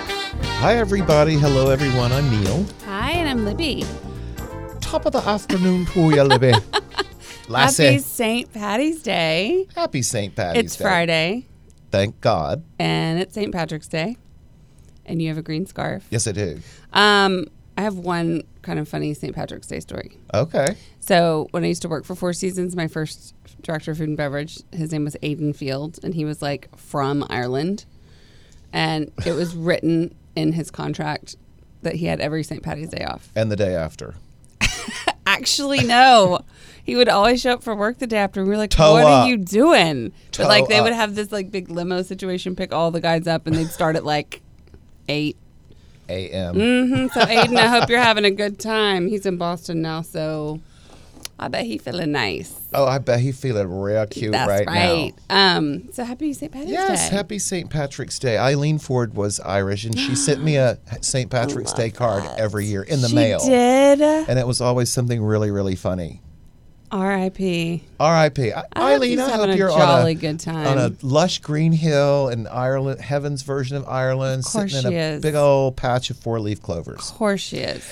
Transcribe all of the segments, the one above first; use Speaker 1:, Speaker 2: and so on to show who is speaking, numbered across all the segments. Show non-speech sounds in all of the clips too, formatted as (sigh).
Speaker 1: Hi, everybody. Hello, everyone. I'm Neil.
Speaker 2: Hi, and I'm Libby.
Speaker 1: Top of the afternoon to you, Libby.
Speaker 2: (laughs) Happy
Speaker 1: Lassie.
Speaker 2: St. Patty's Day.
Speaker 1: Happy St. Patty's
Speaker 2: It's
Speaker 1: Day.
Speaker 2: Friday,
Speaker 1: Thank God.
Speaker 2: and it's St. Patrick's Day, and you have a green scarf.
Speaker 1: Yes, I do.
Speaker 2: Um, I have one kind of funny St. Patrick's Day story.
Speaker 1: Okay.
Speaker 2: So when I used to work for Four Seasons, my first director of food and beverage, his name was Aidan Field, and he was like from Ireland, and it was written in his contract that he had every St. Patty's Day off.
Speaker 1: And the day after.
Speaker 2: Actually, no. he would always show up for work the day after. And we were like,
Speaker 1: Toe
Speaker 2: "What
Speaker 1: up.
Speaker 2: are you doing?" But
Speaker 1: Toe
Speaker 2: like, they would
Speaker 1: up.
Speaker 2: have this like big limo situation, pick all the guys up, and they'd start at like eight.
Speaker 1: A.M.
Speaker 2: hmm So Aiden, I
Speaker 1: (laughs)
Speaker 2: hope you're having a good time. He's in Boston now, so I bet he feeling nice.
Speaker 1: Oh, I bet he feeling real cute
Speaker 2: That's
Speaker 1: right,
Speaker 2: right.
Speaker 1: now.
Speaker 2: Um, so happy St. Patty's
Speaker 1: Yes,
Speaker 2: Day.
Speaker 1: happy St. Patrick's Day. Eileen Ford was Irish, and she sent me
Speaker 2: (gasps)
Speaker 1: a St. Patrick's Day card every year in the
Speaker 2: she
Speaker 1: mail.
Speaker 2: did.
Speaker 1: And it was always something really, really funny.
Speaker 2: R.I.P.
Speaker 1: R.I.P. I-
Speaker 2: I hope
Speaker 1: Eileen,
Speaker 2: he's
Speaker 1: I
Speaker 2: having
Speaker 1: hope
Speaker 2: a
Speaker 1: you're
Speaker 2: jolly
Speaker 1: on a
Speaker 2: good time.
Speaker 1: on a lush green hill in Ireland, heaven's version of Ireland,
Speaker 2: course
Speaker 1: sitting in
Speaker 2: she
Speaker 1: a
Speaker 2: is.
Speaker 1: big old patch of four-leaf clovers.
Speaker 2: Of course she is.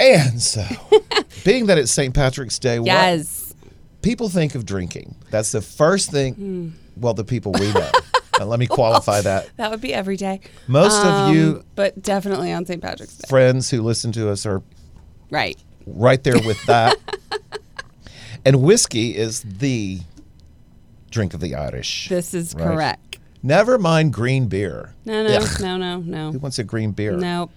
Speaker 1: And
Speaker 2: (laughs)
Speaker 1: so, being that it's St. Patrick's Day, what
Speaker 2: Yes.
Speaker 1: people think of drinking. That's the first thing.
Speaker 2: Hmm.
Speaker 1: Well, the people we
Speaker 2: (laughs)
Speaker 1: know. Now, let me qualify that.
Speaker 2: That would be every day. Um,
Speaker 1: Most of you
Speaker 2: but definitely on St. Patrick's Day.
Speaker 1: friends who listen to us are
Speaker 2: Right.
Speaker 1: right there with that.
Speaker 2: (laughs)
Speaker 1: and whiskey is the drink of the Irish.
Speaker 2: This is
Speaker 1: Right.
Speaker 2: correct.
Speaker 1: Never mind green beer.
Speaker 2: No, no,
Speaker 1: Ugh.
Speaker 2: no, no,
Speaker 1: Who
Speaker 2: no.
Speaker 1: wants a green beer?
Speaker 2: No,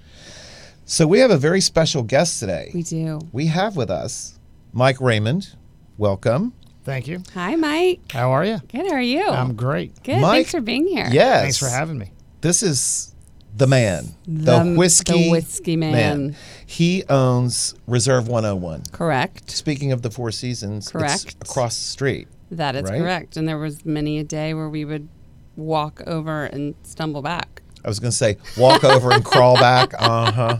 Speaker 1: So we have a very special guest today.
Speaker 2: we do.
Speaker 1: We have with us Mike Raymond. Welcome.
Speaker 3: Thank you.
Speaker 2: Hi, Mike.
Speaker 3: How are you?
Speaker 2: Good, how are you?
Speaker 3: I'm great.
Speaker 2: Good.
Speaker 1: Mike-
Speaker 2: Thanks for being here.
Speaker 1: Yes.
Speaker 3: Thanks for having me.
Speaker 1: This is the man, the,
Speaker 2: The- the
Speaker 1: whiskey,
Speaker 2: whiskey man.
Speaker 1: He owns Reserve 101.
Speaker 2: Correct.
Speaker 1: Speaking of the Four Seasons, it's
Speaker 2: Correct.
Speaker 1: across the street.
Speaker 2: That is
Speaker 1: Right?
Speaker 2: correct. And there was many a day where we would walk over and stumble back.
Speaker 1: I was going to say
Speaker 2: (laughs)
Speaker 1: walk over and crawl back. Uh huh.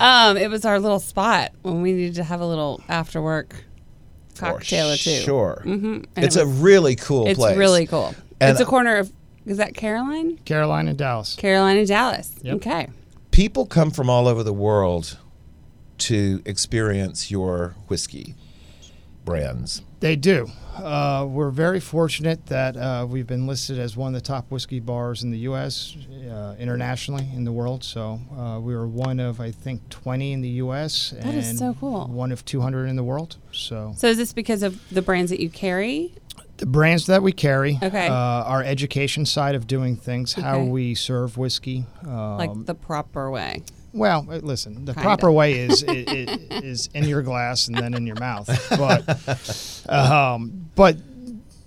Speaker 2: Um, it was our little spot when we needed to have a little after work cocktail or two. Mm-hmm.
Speaker 1: Sure.
Speaker 2: And
Speaker 1: It's
Speaker 2: it
Speaker 1: a really cool
Speaker 2: It's
Speaker 1: place.
Speaker 2: really cool.
Speaker 1: And-
Speaker 2: it's a corner of is that Caroline?
Speaker 3: Caroline and Dallas.
Speaker 2: Caroline and Dallas.
Speaker 3: Yep.
Speaker 2: Okay.
Speaker 1: People come from all over the world to experience your whiskey brands.
Speaker 3: They do. Uh, we're very fortunate that uh, we've been listed as one of the top whiskey bars in the U.S., uh, internationally, in the world. So uh, we were one of, I think, 20 in the U.S.
Speaker 2: That
Speaker 3: and
Speaker 2: is so cool.
Speaker 3: one of 200 in the world. So
Speaker 2: So is this because of the brands that you carry?
Speaker 3: the brands that we carry,
Speaker 2: Okay.
Speaker 3: uh, our education side of doing things, how
Speaker 2: Okay.
Speaker 3: we serve whiskey, um,
Speaker 2: Like the proper way.
Speaker 3: Well, uh, listen, the
Speaker 2: Kinda.
Speaker 3: proper way is, i i is in your glass and then in your mouth. But,
Speaker 2: (laughs)
Speaker 3: um, but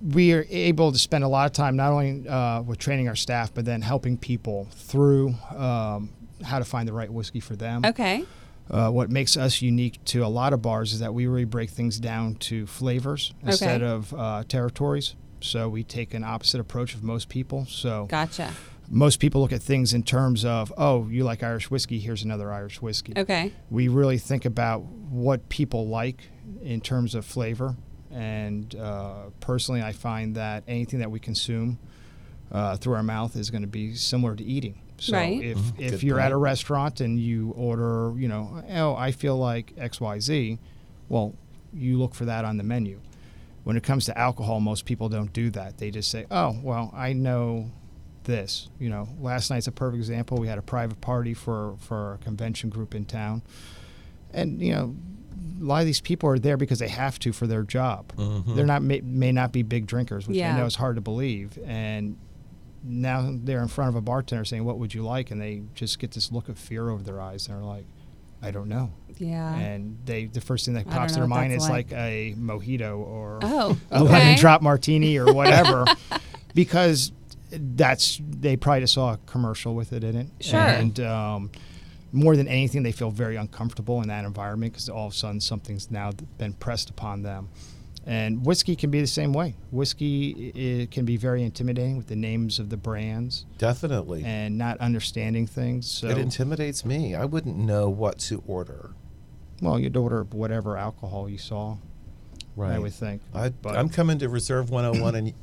Speaker 3: we are able to spend a lot of time not only uh, with training our staff, but then helping people through um, how to find the right whiskey for them.
Speaker 2: Okay.
Speaker 3: Uh, what makes us unique to a lot of bars is that we really break things down to flavors instead of uh, territories. So we take an opposite approach of most people. So
Speaker 2: Gotcha.
Speaker 3: most people look at things in terms of, oh, you like Irish whiskey, here's another Irish whiskey.
Speaker 2: Okay.
Speaker 3: We really think about what people like in terms of flavor. And uh, personally, I find that anything that we consume uh, through our mouth is going to be similar to eating. So
Speaker 2: Right.
Speaker 3: if,
Speaker 1: Mm-hmm. Good
Speaker 3: if you're at a
Speaker 1: point.
Speaker 3: restaurant and you order, you know, oh, I feel like XYZ, well, you look for that on the menu. When it comes to alcohol, most people don't do that. They just say, oh, well, I know this. You know, last night's a perfect example. We had a private party for, for a convention group in town. And, you know, a lot of these people are there because they have to for their job. They're not may, may not be big drinkers, which
Speaker 2: Yeah.
Speaker 3: I know is hard to believe. And now they're in front of a bartender saying, "What would you like?" and they just get this look of fear over their eyes, and they're like, "I don't know."
Speaker 2: Yeah.
Speaker 3: And they the first thing that
Speaker 2: Uh-huh. I don't
Speaker 3: pops to
Speaker 2: know
Speaker 3: their
Speaker 2: what
Speaker 3: mind
Speaker 2: that's
Speaker 3: is
Speaker 2: like.
Speaker 3: like. a mojito or (laughs)
Speaker 2: oh.
Speaker 3: a lemon drop martini or whatever, because that's they probably just saw a commercial with it in it.
Speaker 2: Sure.
Speaker 3: And um, more than anything, they feel very uncomfortable in that environment because all of a sudden something's now been pressed upon them. And whiskey can be the same way. Whiskey i i- can be very intimidating with the names of the brands
Speaker 1: Definitely.
Speaker 3: and not understanding things. So,
Speaker 1: It intimidates me. I wouldn't know what to order.
Speaker 3: well, you'd order whatever alcohol you saw. I would think.
Speaker 1: I,
Speaker 3: but
Speaker 1: I'm coming to Reserve 101, and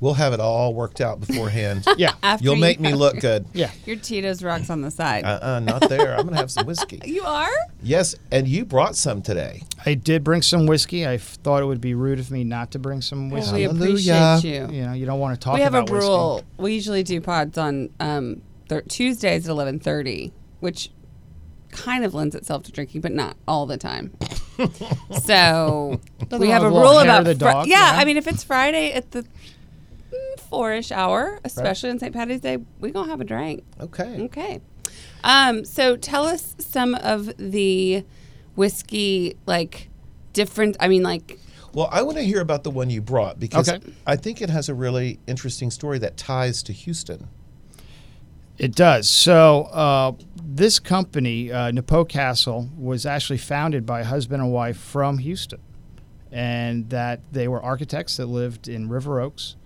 Speaker 1: We'll have it all worked out beforehand.
Speaker 3: (laughs) Yeah.
Speaker 2: After
Speaker 1: You'll
Speaker 2: you
Speaker 1: make me
Speaker 2: have
Speaker 1: look
Speaker 2: your-
Speaker 1: good.
Speaker 3: Yeah.
Speaker 2: Your Tito's rocks on the side.
Speaker 1: Uh uh not there. I'm going to have some
Speaker 3: (laughs)
Speaker 1: whiskey.
Speaker 2: you are?
Speaker 1: Yes, and you brought some today.
Speaker 3: I did bring some whiskey. I f- thought it would be rude of me not to bring some
Speaker 2: Well,
Speaker 3: whiskey.
Speaker 2: we
Speaker 1: Hallelujah.
Speaker 2: appreciate you.
Speaker 3: you know, you don't want to talk
Speaker 2: we have a
Speaker 3: about whiskey.
Speaker 2: rule. We usually do pods on um, th- Tuesdays at eleven thirty, which kind of lends itself to drinking, but not all the
Speaker 3: (laughs)
Speaker 2: time. so we have a
Speaker 3: wrong with
Speaker 2: rule
Speaker 3: hair
Speaker 2: about
Speaker 3: of the
Speaker 2: Fri-
Speaker 3: dog,
Speaker 2: yeah,
Speaker 3: yeah.
Speaker 2: I mean, if it's Friday at the mm, four-ish hour, especially on St. Patty's Day, we gonna have a drink.
Speaker 1: Okay.
Speaker 3: Mm-hmm.
Speaker 2: Okay. Um, so tell us some of the whiskey like different. I mean, like
Speaker 1: Well, I want to hear about the one you brought because
Speaker 3: Okay.
Speaker 1: I think it has a really interesting story that ties to Houston.
Speaker 3: It does. So uh, this company, uh, Napo Castle, was actually founded by a husband and wife from Houston, and that they were architects that lived in River Oaks,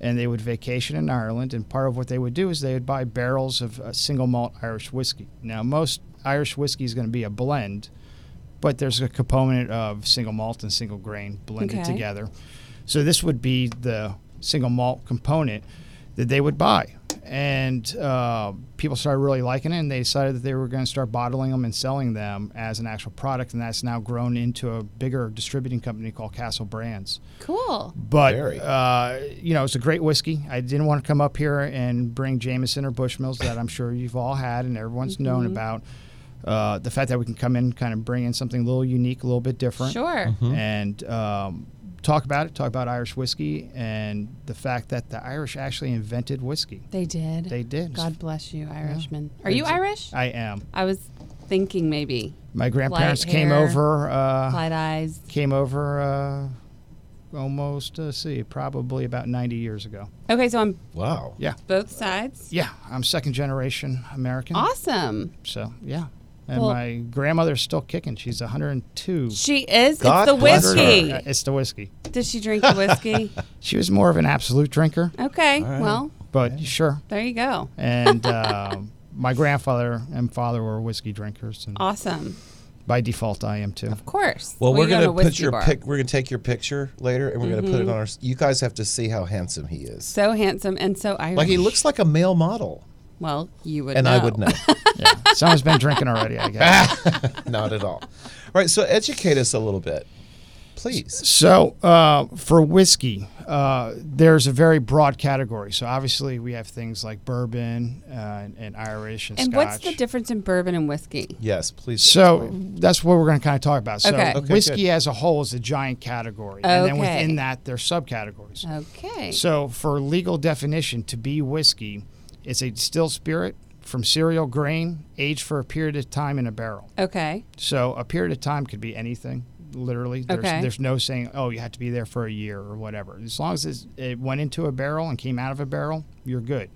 Speaker 3: and they would vacation in Ireland. And part of what they would do is they would buy barrels of uh, single malt Irish whiskey. Now most Irish whiskey is going to be a blend, but there's a component of single malt and single grain blended
Speaker 2: Okay.
Speaker 3: together. So this would be the single malt component that they would buy. And uh, people started really liking it, and they decided that they were going to start bottling them and selling them as an actual product. And that's now grown into a bigger distributing company called Castle Brands.
Speaker 2: cool.
Speaker 3: But,
Speaker 1: Very.
Speaker 3: uh, you know, it's a great whiskey. I didn't want to come up here and bring Jameson or Bushmills that I'm sure you've all had and everyone's known
Speaker 2: Mm-hmm.
Speaker 3: about. Uh, the fact that we can come in, kind of bring in something a little unique, a little bit different
Speaker 2: Sure.
Speaker 1: Oh.
Speaker 3: and um, talk about it, talk about Irish whiskey and the fact that the Irish actually invented whiskey.
Speaker 2: They did.
Speaker 3: They did.
Speaker 2: God bless you, Irishmen. Are
Speaker 3: They
Speaker 2: you
Speaker 3: did.
Speaker 1: Uh,
Speaker 2: Irish?
Speaker 3: I am.
Speaker 2: I was thinking maybe
Speaker 3: My grandparents
Speaker 2: Light
Speaker 3: came
Speaker 2: hair.
Speaker 3: over. Uh,
Speaker 2: light eyes.
Speaker 3: came over uh, almost. Uh, see, probably about ninety years ago.
Speaker 2: Okay, so on
Speaker 1: Wow.
Speaker 3: Yeah,
Speaker 2: both sides.
Speaker 3: yeah. I'm second generation American.
Speaker 2: Awesome.
Speaker 3: So yeah. And
Speaker 2: Well-
Speaker 3: my grandmother's still kicking. She's 102.
Speaker 2: She is.
Speaker 1: God
Speaker 2: it's the
Speaker 1: bless
Speaker 2: whiskey.
Speaker 3: Uh, It's the whiskey.
Speaker 2: Does she drink the
Speaker 1: (laughs)
Speaker 2: whiskey?
Speaker 3: She was more of an absolute drinker,
Speaker 2: Okay.
Speaker 1: right.
Speaker 2: Well,
Speaker 3: but sure.
Speaker 2: there you go. (laughs)
Speaker 3: and um, my grandfather and father were whiskey drinkers, and
Speaker 2: Awesome.
Speaker 3: by default, I am too.
Speaker 2: Of course.
Speaker 1: Well, we're
Speaker 2: you go
Speaker 1: gonna
Speaker 2: to a
Speaker 1: put
Speaker 2: whiskey
Speaker 1: your
Speaker 2: bar. Mm-hmm.
Speaker 1: pic. We're gonna take your picture later, and we're gonna put it on our. You guys have to see how handsome he is.
Speaker 2: So handsome and so Irish.
Speaker 1: Like he looks like a male model,
Speaker 2: Well, you would.
Speaker 1: and
Speaker 2: know.
Speaker 1: I would
Speaker 2: (laughs)
Speaker 1: know. (laughs)
Speaker 3: Yeah. Someone's been drinking already, I guess.
Speaker 1: Not at all. All right. So educate us a little bit, please.
Speaker 3: so uh, for whiskey, uh, there's a very broad category. So obviously, we have things like bourbon uh, and, and Irish and,
Speaker 2: And
Speaker 3: Scotch.
Speaker 2: what's the difference in bourbon and whiskey?
Speaker 1: Yes, please.
Speaker 3: So that's what we're going to kind of talk about. So
Speaker 2: Okay. Okay,
Speaker 1: good.
Speaker 3: whiskey as a whole is a giant category, and then
Speaker 2: Okay.
Speaker 3: within that, there's subcategories.
Speaker 2: Okay.
Speaker 3: So, for legal definition, to be whiskey, it's a distilled spirit from cereal grain aged for a period of time in a barrel.
Speaker 2: okay.
Speaker 3: So, a period of time could be anything, literally. There's,
Speaker 2: Okay.
Speaker 3: there's no saying, oh, you have to be there for a year or whatever. As long as it's, it went into a barrel and came out of a barrel, you're good.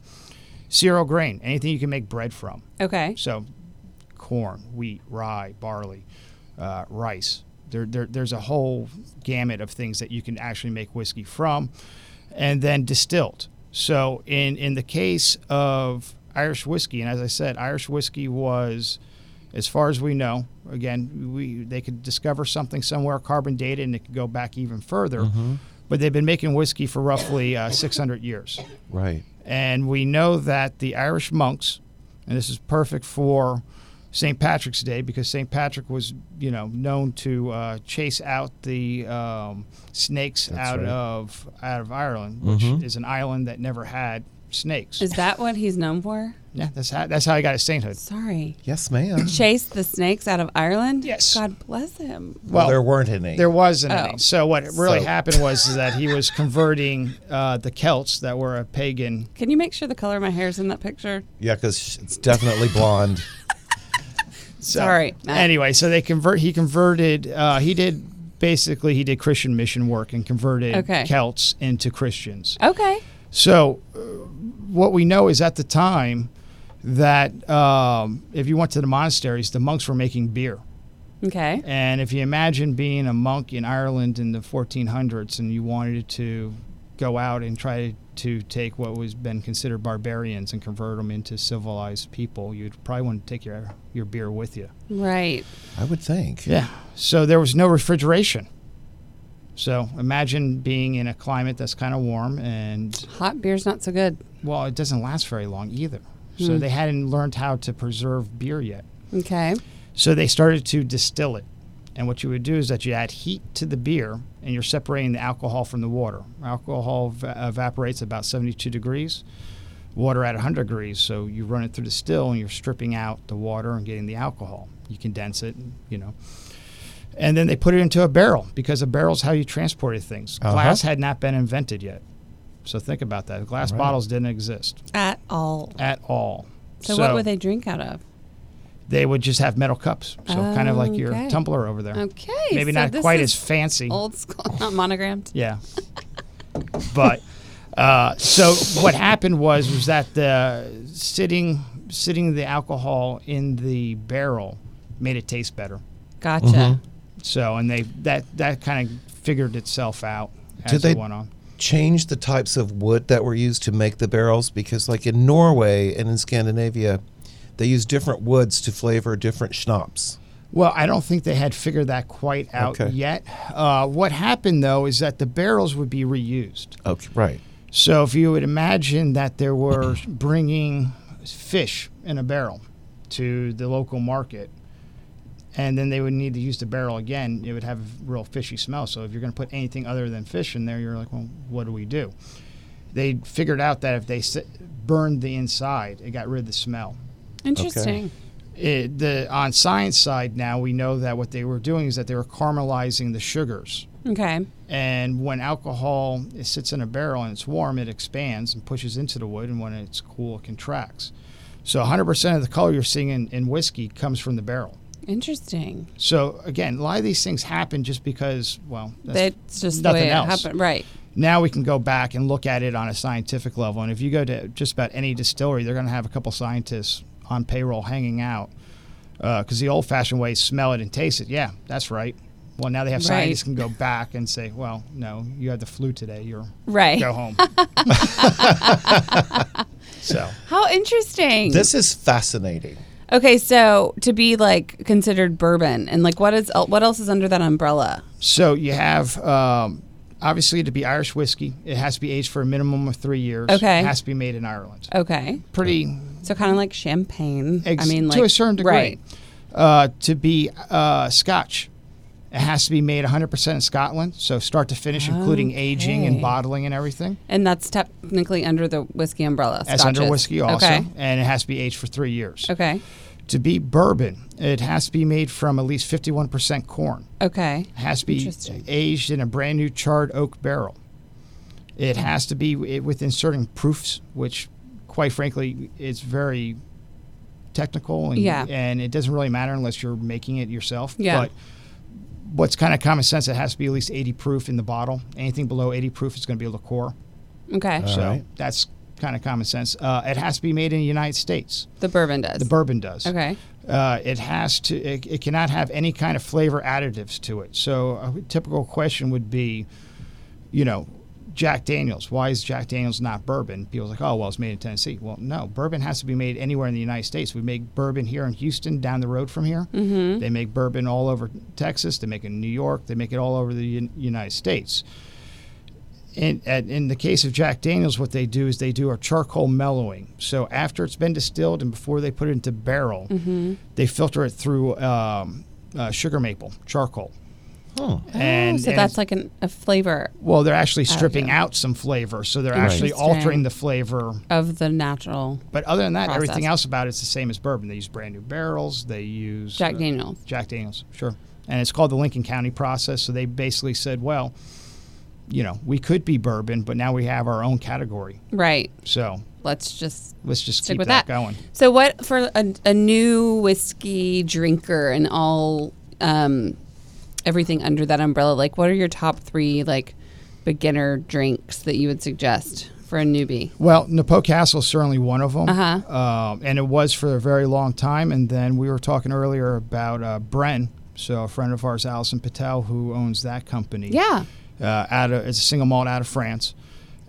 Speaker 3: Cereal grain, anything you can make bread from.
Speaker 2: Okay.
Speaker 3: So, corn, wheat, rye, barley, uh, rice. There, there, there's a whole gamut of things that you can actually make whiskey from, and then distilled. So, in in the case of Irish whiskey, and as I said, Irish whiskey was, as far as we know, again, we they could discover something somewhere, carbon data, and it could go back even further. But they've been making whiskey for roughly uh, 600 years.
Speaker 1: Right.
Speaker 3: And we know that the Irish monks, and this is perfect for St. Patrick's Day because St. Patrick was, you know, known to uh, chase out the um, snakes out
Speaker 1: right. Mm-hmm.
Speaker 3: of out of Ireland, which is an island that never had snakes.
Speaker 2: Is that what he's known for?
Speaker 3: yeah, that's how that's how I got his sainthood.
Speaker 2: Sorry.
Speaker 1: Yes, ma'am.
Speaker 2: Chase the snakes out of Ireland.
Speaker 3: Yes.
Speaker 2: God bless him.
Speaker 1: Well,
Speaker 3: Well,
Speaker 1: there weren't any.
Speaker 3: there wasn't
Speaker 2: Oh.
Speaker 3: any. So what really
Speaker 1: So-
Speaker 3: happened was is that he was converting uh, the Celts that were a pagan
Speaker 2: Can you make sure the color of my hair is in that picture?
Speaker 1: Yeah, because it's definitely blonde.
Speaker 3: So,
Speaker 2: Sorry, Matt.
Speaker 3: Anyway, so they convert. He converted. Uh, he did basically he did Christian mission work and converted
Speaker 2: Okay.
Speaker 3: Celts into Christians.
Speaker 2: Okay.
Speaker 3: So uh, what we know is at the time that um, if you went to the monasteries, the monks were making beer.
Speaker 2: Okay.
Speaker 3: And if you imagine being a monk in Ireland in the 1400s and you wanted to go out and try to take what was been considered barbarians and convert them into civilized people, you'd probably want to take your your beer with you.
Speaker 2: Right.
Speaker 1: I would think.
Speaker 3: Yeah. So there was no refrigeration. So imagine being in a climate that's kind of warm and
Speaker 2: Hot beer's not so good.
Speaker 3: well, it doesn't last very long either. So they hadn't learned how to preserve beer yet.
Speaker 2: Okay.
Speaker 3: So they started to distill it. And what you would do is that you add heat to the beer and you're separating the alcohol from the water. Alcohol v- evaporates about 72 degrees, water at 100 degrees. So you run it through the still and you're stripping out the water and getting the alcohol. You condense it, and, you know. And then they put it into a barrel because a barrel's how you transported things.
Speaker 1: Uh-huh.
Speaker 3: Glass had not been invented yet. So think about that. Glass
Speaker 1: Right.
Speaker 3: bottles didn't exist
Speaker 2: At all.
Speaker 3: at all.
Speaker 2: So, what would they drink out of?
Speaker 3: they would just have metal cups. So kind of like your
Speaker 2: Okay.
Speaker 3: tumbler over there.
Speaker 2: Okay.
Speaker 3: Maybe
Speaker 2: so
Speaker 3: not
Speaker 2: this
Speaker 3: quite
Speaker 2: is
Speaker 3: as fancy.
Speaker 2: old school, (laughs) not monogrammed.
Speaker 3: Yeah. but uh, so what happened was was that the sitting sitting the alcohol in the barrel made it taste better.
Speaker 2: Gotcha.
Speaker 3: So and they that that kind of figured itself out as
Speaker 1: Did they-
Speaker 3: it went on.
Speaker 1: Change the types of wood that were used to make the barrels because, like in Norway and in Scandinavia, they use different woods to flavor different schnapps.
Speaker 3: Well, I don't think they had figured that quite out
Speaker 1: Okay.
Speaker 3: yet. Uh, what happened though is that the barrels would be reused.
Speaker 1: Okay, right.
Speaker 3: So if you would imagine that there were bringing fish in a barrel to the local market, and then they would need to use the barrel again, it would have a real fishy smell. So if you're going to put anything other than fish in there, you're like, well, what do we do? They figured out that if they s- burned the inside, it got rid of the smell.
Speaker 2: Interesting.
Speaker 3: It, the on science side now we know that what they were doing is that they were caramelizing the sugars
Speaker 2: Okay.
Speaker 3: and when alcohol it sits in a barrel and it's warm, it expands and pushes into the wood. And when it's cool, it contracts. So 100% of the color you're seeing in, in whiskey comes from the barrel.
Speaker 2: Interesting.
Speaker 3: So again, a lot of these things happen just because, well, that's,
Speaker 2: That's just the
Speaker 3: nothing
Speaker 2: way
Speaker 3: else.
Speaker 2: it happened. Right.
Speaker 3: now we can go back and look at it on a scientific level. And if you go to just about any distillery, they're going to have a couple scientists on payroll hanging out because the old-fashioned way is smell it and taste it. Yeah, that's right. Well, now they have
Speaker 2: Right.
Speaker 3: scientists can go back and say, well, no, you had the flu today. You're
Speaker 2: Right.
Speaker 3: go
Speaker 2: (laughs)
Speaker 3: home. so
Speaker 2: How interesting.
Speaker 1: This is fascinating.
Speaker 2: okay, so to be like considered bourbon and like what is el- what else is under that umbrella?
Speaker 3: so you have um, obviously to be Irish whiskey, it has to be aged for a minimum of three years.
Speaker 2: Okay.
Speaker 3: it has to be made in Ireland.
Speaker 2: Okay.
Speaker 3: Pretty,
Speaker 2: So kind of like champagne.
Speaker 3: ex-
Speaker 2: I mean like
Speaker 3: to a certain degree.
Speaker 2: Right.
Speaker 3: Uh, to be uh, Scotch, it has to be made 100% in Scotland. So start to finish, including aging and
Speaker 2: Okay.
Speaker 3: bottling and everything.
Speaker 2: And that's technically under the whiskey umbrella.
Speaker 3: That's under
Speaker 2: scotches.
Speaker 3: whiskey also,
Speaker 2: Okay.
Speaker 3: and it has to be aged for three years.
Speaker 2: Okay.
Speaker 3: To be bourbon, it has to be made from at least 51% corn.
Speaker 2: Okay.
Speaker 3: has to be
Speaker 2: Interesting.
Speaker 3: aged in a brand new charred oak barrel. It has to be w- within certain proofs, which, quite frankly, is very technical and,
Speaker 2: Yeah.
Speaker 3: and it doesn't really matter unless you're making it yourself.
Speaker 2: Yeah.
Speaker 3: But what's kind of common sense, it has to be at least 80 proof in the bottle. Anything below 80 proof is going to be a liqueur.
Speaker 2: Okay.
Speaker 1: Uh,
Speaker 3: So
Speaker 1: right.
Speaker 3: that's kind of common sense. Uh, it has to be made in the United States.
Speaker 2: the bourbon does.
Speaker 3: The bourbon does.
Speaker 2: okay.
Speaker 3: Uh, it has to. It, it cannot have any kind of flavor additives to it. So a typical question would be, you know, Jack Daniels. Why is Jack Daniels not bourbon? People's like, oh, well, it's made in Tennessee. Well, no, bourbon has to be made anywhere in the United States. We make bourbon here in Houston, down the road from here. Mm-hmm. They make bourbon all over Texas. They make it in New York. They make it all over the un- United States. In, at, in the case of Jack Daniels, what they do is they do a charcoal mellowing. So after it's been distilled and before they put it into barrel,
Speaker 2: Mm-hmm.
Speaker 3: they filter it through um, uh, sugar maple charcoal.
Speaker 1: Huh.
Speaker 2: Oh,
Speaker 3: and
Speaker 2: so
Speaker 3: and
Speaker 2: that's like an, a flavor
Speaker 3: well, they're actually stripping
Speaker 2: Oh, yeah.
Speaker 3: out some flavor, so they're actually
Speaker 2: Interesting.
Speaker 3: altering the flavor.
Speaker 2: of the natural
Speaker 3: But other than that, everything
Speaker 2: Process.
Speaker 3: else about it's the same as bourbon. They use brand new barrels. They use
Speaker 2: Jack
Speaker 3: uh,
Speaker 2: Daniels.
Speaker 3: Jack Daniels, sure. And it's called the Lincoln County process. So they basically said, well, you know, we could be bourbon, but now we have our own category.
Speaker 2: Right.
Speaker 3: So
Speaker 2: Let's just
Speaker 3: let's just
Speaker 2: stick
Speaker 3: keep
Speaker 2: with
Speaker 3: that,
Speaker 2: that.
Speaker 3: going.
Speaker 2: So, what for a, a new whiskey drinker and all um, everything under that umbrella? Like, what are your top three like beginner drinks that you would suggest for a newbie?
Speaker 3: Well, Napo Castle is certainly one of them,
Speaker 2: Uh-huh.
Speaker 3: um, and it was for a very long time. And then we were talking earlier about uh, Bren, so a friend of ours, Allison Patel, who owns that company.
Speaker 2: Yeah.
Speaker 3: uh, out of it's a single malt out of France,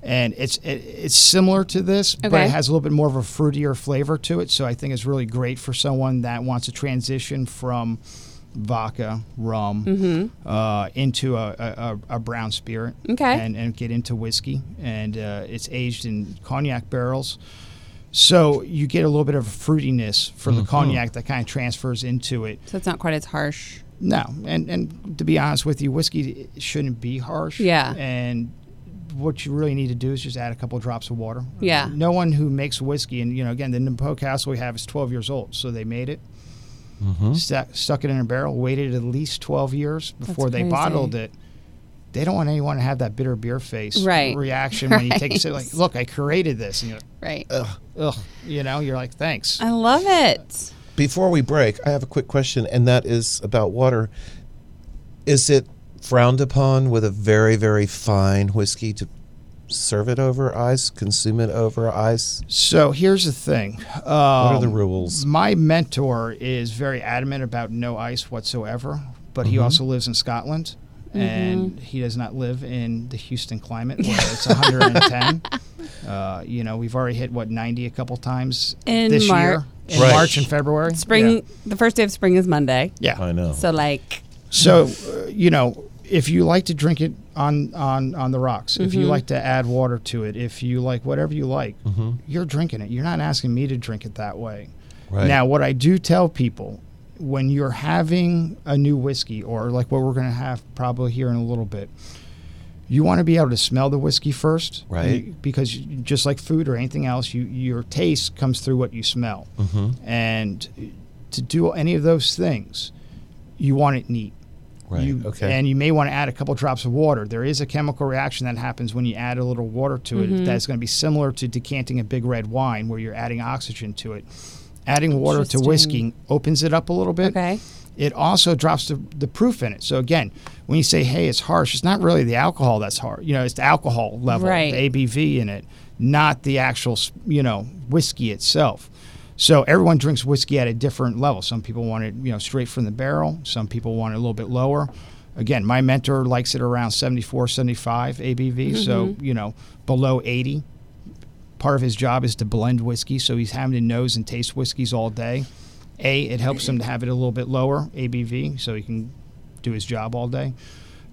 Speaker 3: and it's it, it's similar to this, but
Speaker 2: Okay.
Speaker 3: it has a little bit more of a fruitier flavor to it. So I think it's really great for someone that wants to transition from vodka, rum, uh, into a, a, a a brown spirit,
Speaker 2: Mm-hmm. Okay.
Speaker 3: and, and get into whiskey. And uh, it's aged in cognac barrels. So you get a little bit of fruitiness from the cognac that kind of transfers into it.
Speaker 2: So it's not quite as harsh.
Speaker 3: No, and and to be honest with you, whiskey shouldn't be harsh.
Speaker 2: Yeah.
Speaker 3: And what you really need to do is just add a couple drops of water.
Speaker 2: Yeah.
Speaker 3: No one who makes whiskey, and you know, again, the Nimpo Castle we have is 12 years old, so they made it, stu- stuck it in a barrel, waited at least 12 years before they
Speaker 2: crazy.
Speaker 3: bottled it. They don't want anyone to have that bitter beer face
Speaker 2: Right.
Speaker 3: reaction when you take a sip.
Speaker 2: (laughs)
Speaker 3: Like,
Speaker 2: Right.
Speaker 3: look, I created this, and you're
Speaker 2: Right.
Speaker 1: Uh,
Speaker 3: like, ugh, you know, you're like, thanks.
Speaker 2: I love it.
Speaker 1: Before we break, I have a quick question, and that is about water. Is it frowned upon with a very, very fine whiskey to serve it over ice, consume it over ice?
Speaker 3: So here's the thing. Um, what
Speaker 1: What are the rules?
Speaker 3: My mentor is very adamant about no ice whatsoever, but
Speaker 1: Mm-hmm.
Speaker 3: he also lives in Scotland.
Speaker 2: Mm-hmm.
Speaker 3: And he does not live in the Houston
Speaker 2: (laughs)
Speaker 3: climate where it's 110. uh, you know, we've already hit what 90 a couple times
Speaker 2: In
Speaker 3: this
Speaker 2: Mar-
Speaker 3: year in
Speaker 1: Right.
Speaker 3: March and February.
Speaker 2: Spring. The first day of spring is Monday.
Speaker 3: Yeah.
Speaker 1: I know.
Speaker 2: So like,
Speaker 3: So, uh, you know, if you like to drink it on on on the rocks, if you like to add water to it, if you like whatever you like, you're drinking it. You're not asking me to drink it that way.
Speaker 1: Right.
Speaker 3: Now, what I do tell people when you're having a new whiskey or like what we're going to have probably here in a little bit, you want to be able to smell the whiskey first,
Speaker 1: Right.
Speaker 3: You- Because you- just like food or anything else, you your taste comes through what you smell,
Speaker 1: Mm-hmm.
Speaker 3: and to do any of those things, you want it neat.
Speaker 1: Right.
Speaker 3: You,
Speaker 1: okay.
Speaker 3: And you may want to add a couple drops of water. There is a chemical reaction that happens when you add a little water to it that's going to be similar to decanting a big red wine where you're adding oxygen to it. Adding water to whiskey opens it up a little bit.
Speaker 2: Okay.
Speaker 3: It also drops the, the proof in it. So again, when you say, hey, it's harsh, it's not really the alcohol that's hard. You know, it's the alcohol level,
Speaker 2: Right.
Speaker 3: the ABV in it, not the actual, you know, whiskey itself. So everyone drinks whiskey at a different level. Some people want it, you know, straight from the barrel. Some people want it a little bit lower. Again, my mentor likes it around 74, 75 ABV. So, you know, below 80. Part of his job is to blend whiskey. So he's having to nose and taste whiskeys all day. A, it helps him to have it a little bit lower ABV so he can do his job all day.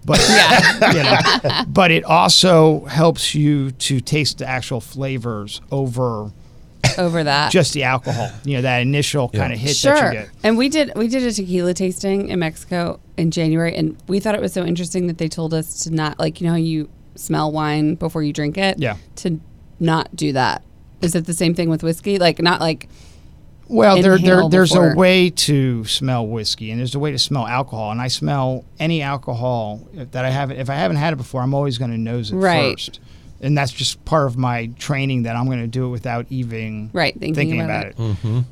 Speaker 3: But (laughs) you know, but it also helps you to taste the actual flavors over
Speaker 2: over that.
Speaker 3: just the alcohol. You know, that initial kind of hit that you
Speaker 2: Sure.
Speaker 3: get.
Speaker 2: And we did we did a tequila tasting in Mexico in January and we thought it was so interesting that they told us to not like you know how you smell wine before you drink it.
Speaker 3: Yeah.
Speaker 2: To not do that. Is it the same thing with whiskey? Like not like
Speaker 3: Well, there, there
Speaker 2: Inhale
Speaker 3: there's a
Speaker 2: before.
Speaker 3: way to smell whiskey, and there's a way to smell alcohol. And I smell any alcohol that I haven't. If I haven't had it before, I'm always going to nose it
Speaker 2: Right.
Speaker 3: first. And that's just part of my training that I'm going to do it without even
Speaker 2: Right, thinking about
Speaker 3: it.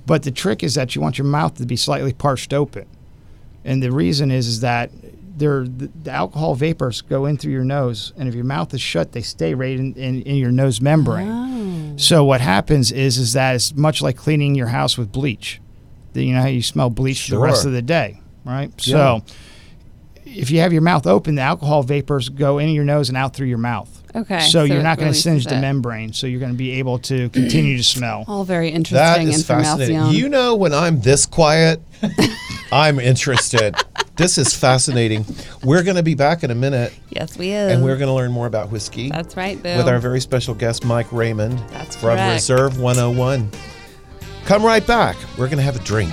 Speaker 3: But the trick is that you want your mouth to be slightly parched open, and the reason is is that there the, the alcohol vapors go in through your nose, and if your mouth is shut, they stay right in, in, in your nose membrane.
Speaker 2: Oh.
Speaker 3: So what happens is is that it's much like cleaning your house with bleach. Then You know how you smell bleach the rest
Speaker 1: Sure.
Speaker 3: of the day, right? So if you have your mouth open, the alcohol vapors go in your nose and out through your mouth.
Speaker 2: Okay,
Speaker 3: So,
Speaker 2: so
Speaker 3: you're
Speaker 2: it
Speaker 3: not going to
Speaker 2: releases
Speaker 3: singe the
Speaker 2: it.
Speaker 3: membrane, so you're going to be able to continue to smell.
Speaker 2: all very
Speaker 1: That
Speaker 2: interesting
Speaker 1: is fascinating.
Speaker 2: information.
Speaker 1: You know, when I'm this quiet, I'm interested. This is fascinating. We're going to be back in a minute,
Speaker 2: yes, we
Speaker 1: and
Speaker 2: is.
Speaker 1: we're going to learn more about whiskey.
Speaker 2: That's right, Bill.
Speaker 1: with our very special guest, Mike Raymond
Speaker 2: That's
Speaker 1: from oh
Speaker 2: correct.
Speaker 1: Reserve 101. Come right back. We're going to have a drink.